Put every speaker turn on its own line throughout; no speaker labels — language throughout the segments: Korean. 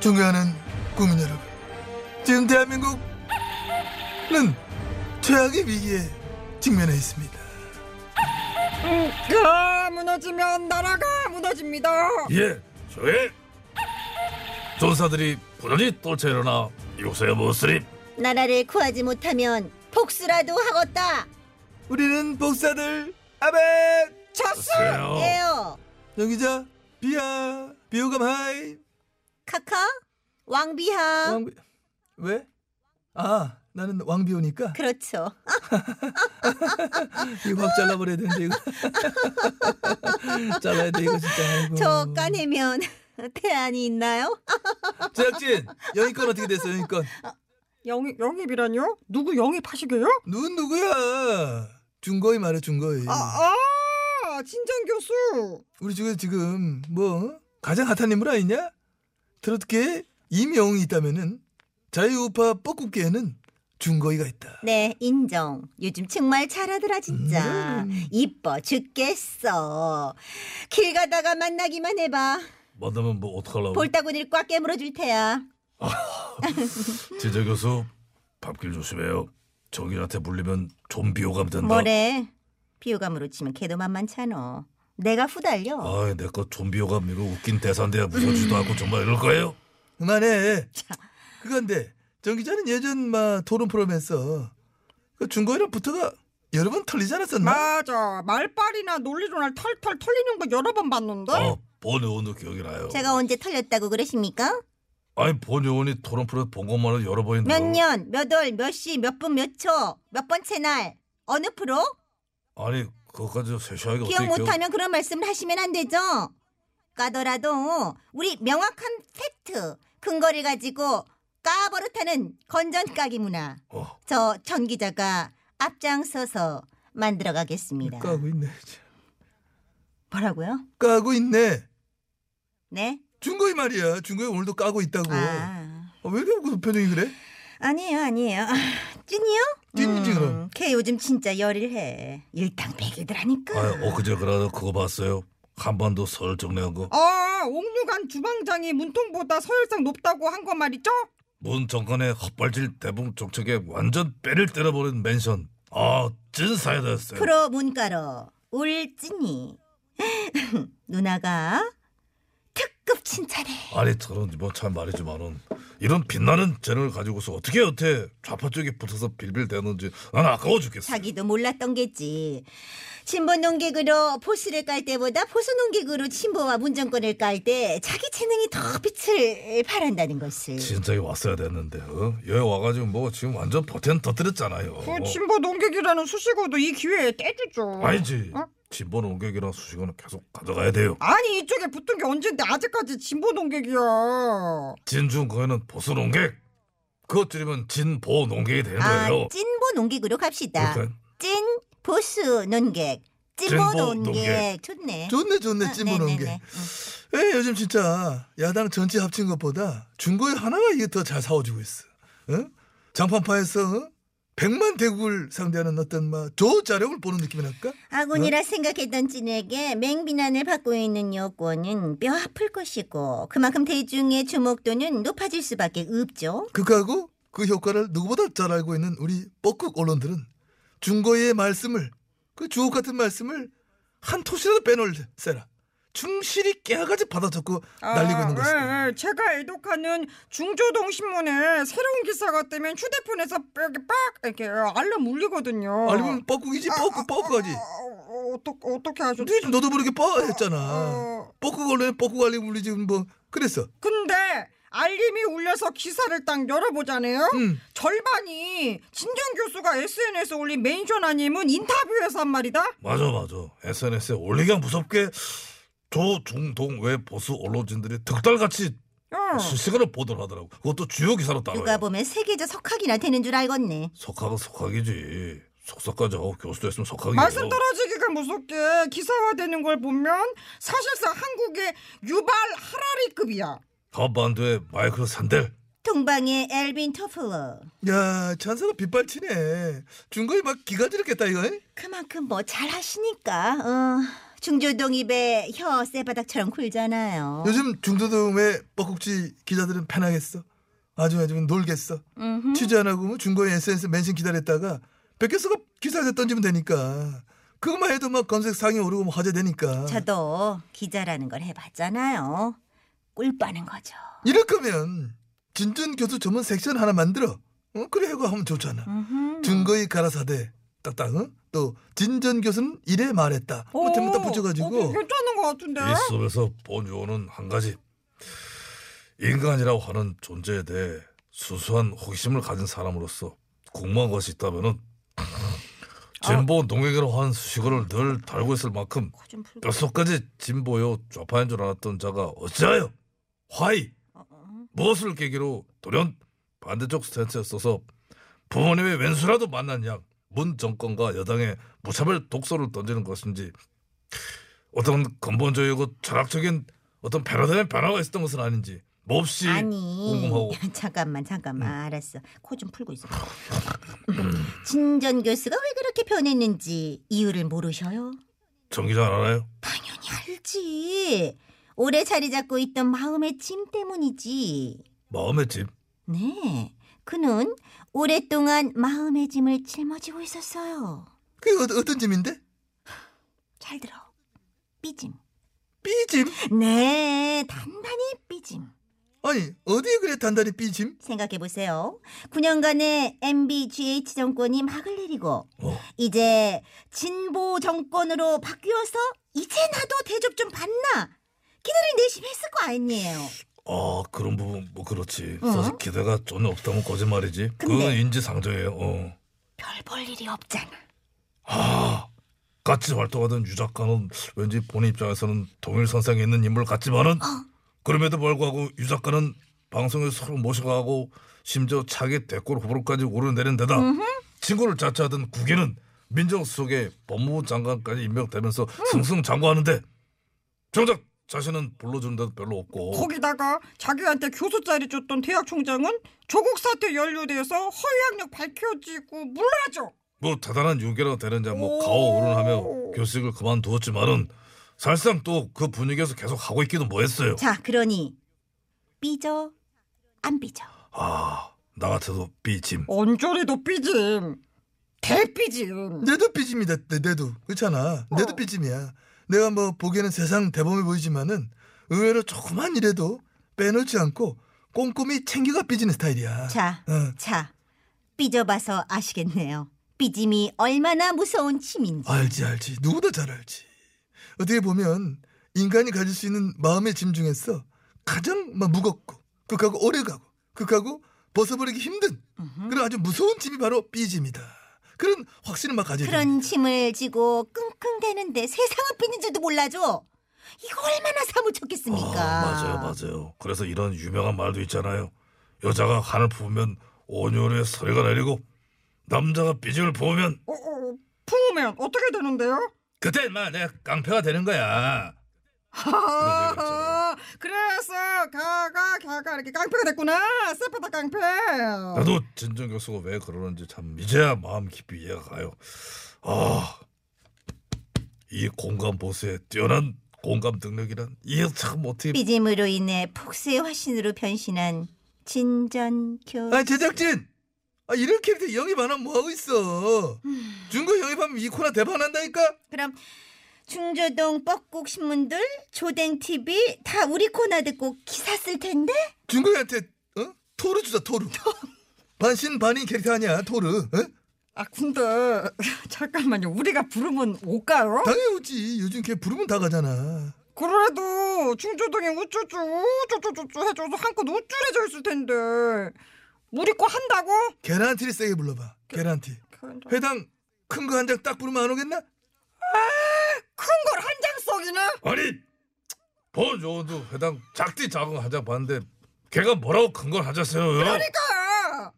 존경하는 국민 여러분, 지금 대한민국은 최악의 위기에 직면해 있습니다.
가 무너지면 나라가 무너집니다.
예, 저의 조사들이 부단히 떨쳐 일어나 요새 뭐 무스립
나라를 구하지 못하면 복수라도 하겠다.
우리는 복사들 아멘.
쓰세요.
에어
여기자 비야 비호감 하이.
카카 왕비하.
왕비 왜? 아 나는 왕비호니까
그렇죠.
음.
이거 확 잘라버려야 되는데 이거 잘라야 돼 이거 진짜. 아이고.
저 까내면 대안이 있나요?
제작진 영희권 어떻게 됐어 영희권?
영입 영입이라뇨? 누구 영입하시게요?
눈 누구야? 준거이 말해 준거이.
아 진정 교수.
우리 중에 지금 뭐 가장 핫한 인물 아니냐? 들었게 임영웅이 있다면은 자유우파 뻐꾸기에는 준거이가 있다.
네 인정. 요즘 정말 잘하더라 진짜.
음.
이뻐 죽겠어. 길 가다가 만나기만 해봐.
만나면 뭐 어떡하려고?
볼따구니를 꽉 깨물어 줄 테야.
지재 교수 밥길 조심해요. 정일한테 물리면 좀비 오감
어.
된다.
뭐래? 비호감으로 치면 걔도 만만찮어. 내가 후달려.
아이 내거 좀비 오감 이거 웃긴 뭐. 대사인데 무서지도 않고 정말 이럴 거예요?
그만해. 그건데 정 기자는 예전 막 토론 프로그램에서 그 준거이랑 부터가 여러 번 털리지
뭐?
않았었나?
맞아 말빨이나 논리로 날 털털 털리는 거 여러 번 봤는데.
아, 본 의원도 기억이 나요.
제가 언제 털렸다고 그러십니까?
아니 본 의원이 토론 프로에서 본 것만은 여러 번인데.
몇 년, 몇 월, 몇 시, 몇 분, 몇 초, 몇 번째 날, 어느 프로?
아니 그것까지 세세하게
기억
어떻게
못하면 그런 말씀을 하시면 안 되죠. 까더라도 우리 명확한 팩트, 근거를 가지고 까버릇하는 건전까기 문화.
어.
저 전 기자가 앞장서서 만들어 가겠습니다.
까고 있네. 참.
뭐라고요?
까고 있네.
네?
준거이 말이야. 준거이 오늘도 까고 있다고.
아.
아, 왜 이렇게 그 표정이 그래?
아니에요, 아니에요. 아, 찐이요? 음,
찐이지, 그럼.
걔 요즘 진짜 열일해. 일당백이더라니까.
아니
어.
엊그제 그러다 그거 봤어요. 한반도 설 정리한 거.
아 옥류관 주방장이 문통보다 서열상 높다고 한 거 말이죠?
문 정권의 헛발질 대북 정책에 완전 빼를 때려버린 맨션. 아, 찐 사이다였어요.
프로 문가로 울찐이 누나가 특급 칭찬해.
그-
아니 저런 뭐 참 말이지만은 이런 빛나는 재능을 가지고서 어떻게 여태 좌파 쪽에 붙어서 빌빌대는지 난 아까워 죽겠어.
자기도 몰랐던 게지. 신보 농객으로 포스를 깔 때보다 포수 농객으로 신보와 문정권을 깔 때 자기 재능이 더 빛을 발한다는 것을.
진작에 왔어야 됐는데 어? 여기 와가지고 뭐 지금 완전 버튼 터뜨렸잖아요.
그 진보 농객이라는 수식어도 이 기회에 떼주죠.
아니지.
어?
진보 농객이랑 수식어는 계속 가져가야 돼요.
아니 이쪽에 붙은 게 언젠데 아직까지 진보 농객이야.
진중 거에는 보수 농객. 그것 줄이면 진보 농객이 되는
아,
거예요.
찐보 농객으로 갑시다.
그러니까
찐 보수 논객, 찐보
찐보
논객.
논객.
좋네.
좋네,
아,
좋네, 찜으로 온 게.
아, 네네네. 음.
에 예, 요즘 진짜 야당 전체 합친 것보다 중고의 하나가 이게 더 잘 사워지고 있어. 응? 장판파에서 응? 100만 대국을 상대하는 어떤 막 조자력을 보는 느낌이랄까?
아군이라 생각했던 찐에게 맹비난을 받고 있는 여권은 뼈 아플 것이고 그만큼 대중의 주목도는 높아질 수밖에 없죠.
그거하고 그 효과를 누구보다 잘 알고 있는 우리 뻐국 언론들은 중고의 말씀을 그 주옥 같은 말씀을 한 토시라도 빼놓을세라 충실히
네
깨알같이 받아적고 날리고 있는 것이다.
예, 예. 제가 애독하는 중조동 신문에 새로운 기사가 뜨면 휴대폰에서 이렇게 빡 이렇게 알람 울리거든요.
아니면 뻐국이지 뻐국 뻐국하지.
어, 어떻게 어떻게 하죠?
근데 지금 너도 모르게 뻐했잖아.
어.
뻐꾸 걸레 뻐꾸 관리 물리 지금 뭐 그랬어.
근데
알림이 울려서 기사를 딱 열어보자네요. 절반이 진정 교수가 SNS에 올린 멘션 아님은 인터뷰에서 한 말이다.
맞아 맞아 SNS에 올리기가 무섭게 조중동 외 보수 언론진들이 득달같이
어.
응.
실시간을 보도를 하더라고 그것도 주요 기사로 따로
누가
그러니까 뭐
해요.
보면 세계적 석학이나 되는 줄 알겠네.
석학은 석학이지 석사까지 하고 교수도 했으면 석학이고
말씀 떨어지기가 무섭게 기사화되는 걸 보면 사실상 한국의 유발 하라리급이야.
가반도의 마이클 산델
동방의 엘빈 토플러.
야, 찬사가 빗발치네. 준거에 막 기가 지렸겠다 이거. 에?
그만큼 뭐 잘하시니까. 어, 중조동 입에 혀 쇠바닥처럼 굴잖아요.
요즘 중도동의 뻐국지 기자들은 편하겠어. 아주 아주 놀겠어.
음흠.
취재 안 하고 뭐 중고에 SNS 멘션 기다렸다가 백개수가 기사에 던지면 되니까. 그것만 해도 막 검색 상위 오르고 뭐 화제되니까.
저도 기자라는 걸 해봤잖아요. 꿀 빠는 거죠.
이럴 거면 진준 교수 전문 섹션 하나 만들어. 어? 그래 해고 하면 좋잖아.
음흠.
증거의 가라사대 딱딱. 어? 또 진전 교수는 이래 말했다. 뭐 대문 딱
어,
붙여가지고
괜찮은 것 같은데.
이 수업에서 본 요는 한 가지 인간이라고 하는 존재에 대해 수수한 호기심을 가진 사람으로서 궁금한 것이 있다면은 진보 농객이라고 하는 수식어를 늘 달고 있을 만큼
코좀 풀고.
뼛속까지 진보요 좌파인 줄 알았던 자가 어찌하여 화이
어, 어.
무엇을 계기로 돌연 반대쪽 스탠스에 서서 부모님의 왼수라도 만난 양 문 정권과 여당의 무차별 독서를 던지는 것인지 어떤 근본적이고 철학적인 어떤 패러다임 변화가 있었던 것은 아닌지 몹시 궁금하고 음.
아니 잠깐만 잠깐만 알았어 코 좀 풀고 있어 진전 교수가 왜 그렇게 변했는지 이유를 모르셔요?
정기자 알아요?
당연히 알지 오래 자리 잡고 있던 마음의 짐 때문이지
마음의 집
네 그는 오랫동안 마음의 짐을 짊어지고 있었어요
그게 어- 어떤 짐인데?
잘 들어 삐짐
삐짐?
네 단단히 삐짐
아니 어디에 그래 단단히 삐짐?
생각해보세요 9년간의 MBGH 정권이 막을 내리고
어.
이제 진보 정권으로 바뀌어서 이제 나도 대접 좀 받나 기대를 내심했을 거 아니에요.
아 그런 부분 뭐 그렇지
어?
사실 기대가 전혀 없다면 거짓말이지
근데-
그건 인지상정이에요 어.
별 볼 일이 없잖아.
아, 같이 활동하던 유 작가는 왠지 본인 입장에서는 동일 선상에 있는 인물 같지만은
어.
그럼에도 불구하고 유 작가는 방송에 서로 모셔가고 심지어 차기 대권 후보로까지 오르내린 데다 친구를 자처하던 국인은 민정수석에 법무부 장관까지 임명되면서 승승장구하는데 정작 자신은 불러주는 데도 별로 없고
거기다가 자기한테 교수 자리 줬던 대학 총장은 조국 사태 연루돼서 허위 학력 밝혀지고 물러나죠.
뭐 대단한 유괴가 되는지 뭐
오.
가오오른하며 교식을 그만두었지만은 사실상 또 그 분위기에서 계속 하고 있기도 뭐했어요.
자, 그러니 삐져 안 삐져.
아, 나 같아도 삐짐.
언저리도 삐짐. 대삐짐.
내도 삐짐이다 내, 내도 그렇잖아
어.
내도 삐짐이야 내가 뭐 보기에는 세상 대범해 보이지만은 의외로 조그만 일에도 빼놓지 않고 꼼꼼히 챙겨가 삐지는 스타일이야
자,
어.
자, 삐져봐서 아시겠네요. 삐짐이 얼마나 무서운 침인지.
알지 알지 누구보다 잘 알지 어떻게 보면 인간이 가질 수 있는 마음의 짐 중에서 가장 막 무겁고 극하고 오래가고 극하고 벗어버리기 힘든 그런 아주 무서운 짐이 바로 삐짐이다 그런 확신을 막 가지고
그런 침을 지고 끙끙대는데 세상을 삐는 줄도 몰라죠. 이거 얼마나 사무쳤겠습니까?
맞아요, 맞아요. 그래서 이런 유명한 말도 있잖아요. 여자가 한을 품으면 온유의 서리가 내리고 남자가 삐짐을 품으면
어, 어, 부으면 어떻게 되는데요?
그때 인마 내가 깡패가 되는 거야. 그런 얘기 있잖아요.
아, 그래서 가가 가가 이렇게 깡패가 됐구나. 세파다 깡패.
나도 진정 교수가 왜 그러는지 참 이제야 마음 깊이 이해가 가요. 아, 이 공감 보수의 뛰어난 공감 능력이란 이게 참 어떻게
삐짐으로 인해 폭스의 화신으로 변신한 진전교
아 제작진 아 이런 캐릭터 영입 안 하면 뭐하고 있어
음.
준거 영입하면 이 코나 대박난다니까
그럼 중조동 뻐국 신문들 조댕 TV 다 우리 코나 듣고 기사 쓸 텐데
준거한테 어? 토르 주자 토르 반신반인 캐릭터 아니야 토르 어?
아 근데 잠깐만요. 우리가 부르면 올까요?
당연히 오지 요즘 걔 부르면 다 가잖아
그래도 중조동이 우쭈쭈 우쭈쭈쭈쭈 해줘서 한껏 우쭐해져 있을 텐데 우리 거 한다고?
계란티를 세게 불러봐.
그,
계란티. 회당 큰 거 한 장 딱 부르면 안 오겠나?
큰 걸 한 장 썩이네?
아니 본 요원도 회당 작디 작은 한장 봤는데 걔가 뭐라고 큰 걸 하자세요
그러니까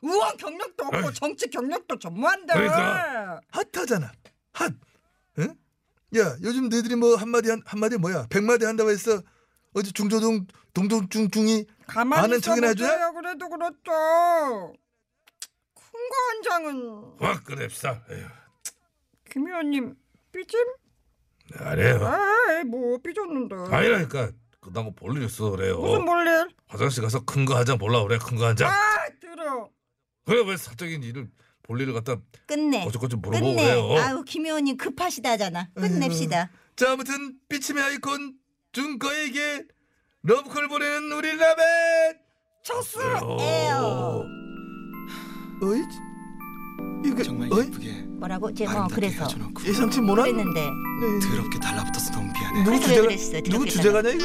의원 경력도 없고
아이.
정치 경력도 전무한데
그러니까.
핫하잖아. 핫. 응? 야, 요즘 너희들이 뭐 한마디 한, 한마디 뭐야? 백마디 한다고 했어. 어제 중조동 동동중중이
가만히
아는 척이나
있어보세요 그래도 그렇죠 큰 거 한 장은
확 꺼냅시다
김 의원님 삐짐?
아니에요
에이 뭐 삐졌는데
아니라니까 그딴 거 볼 일 있어 그래요
무슨 볼일?
화장실 가서 큰 거 한 장 볼라 그래 큰 거 한장
아 들어
그래 왜 사적인 일을 볼 일을 갖다
끝내.
어쩌고저쩌고 물어보고
끝내.
그래요
네. 아유 김 의원님 급하시다잖아. 끝냅시다.
자, 아무튼 삐침의 아이콘 중거에게 러브콜 보내는 우리 라벤.
쳤어
에요.
어이? 이거
정말
어이?
예쁘게
음.
뭐라고 제가
아름답게
그래서
헤어져놓고
예상치 못한
그랬는데
네.
더럽게 달라붙어서 너무 미안해
누구
그래서 왜
주제가
그랬어?
누구
드럽게
주제가냐 이거?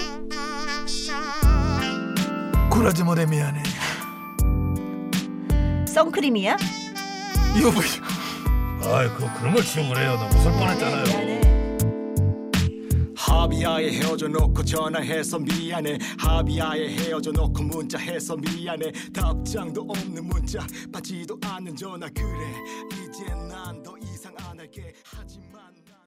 굴하지 못해 미안해.
선크림이야?
이거 뭐
아이 그 그런 걸 치고 그래요 나 무슨 뻔했잖아요
하비야에 헤어져 놓고 전화해서 미안해 하비야에 헤어져 놓고 문자해서 미안해 답장도 없는 문자 받지도 않는 전화 그래 이제 난더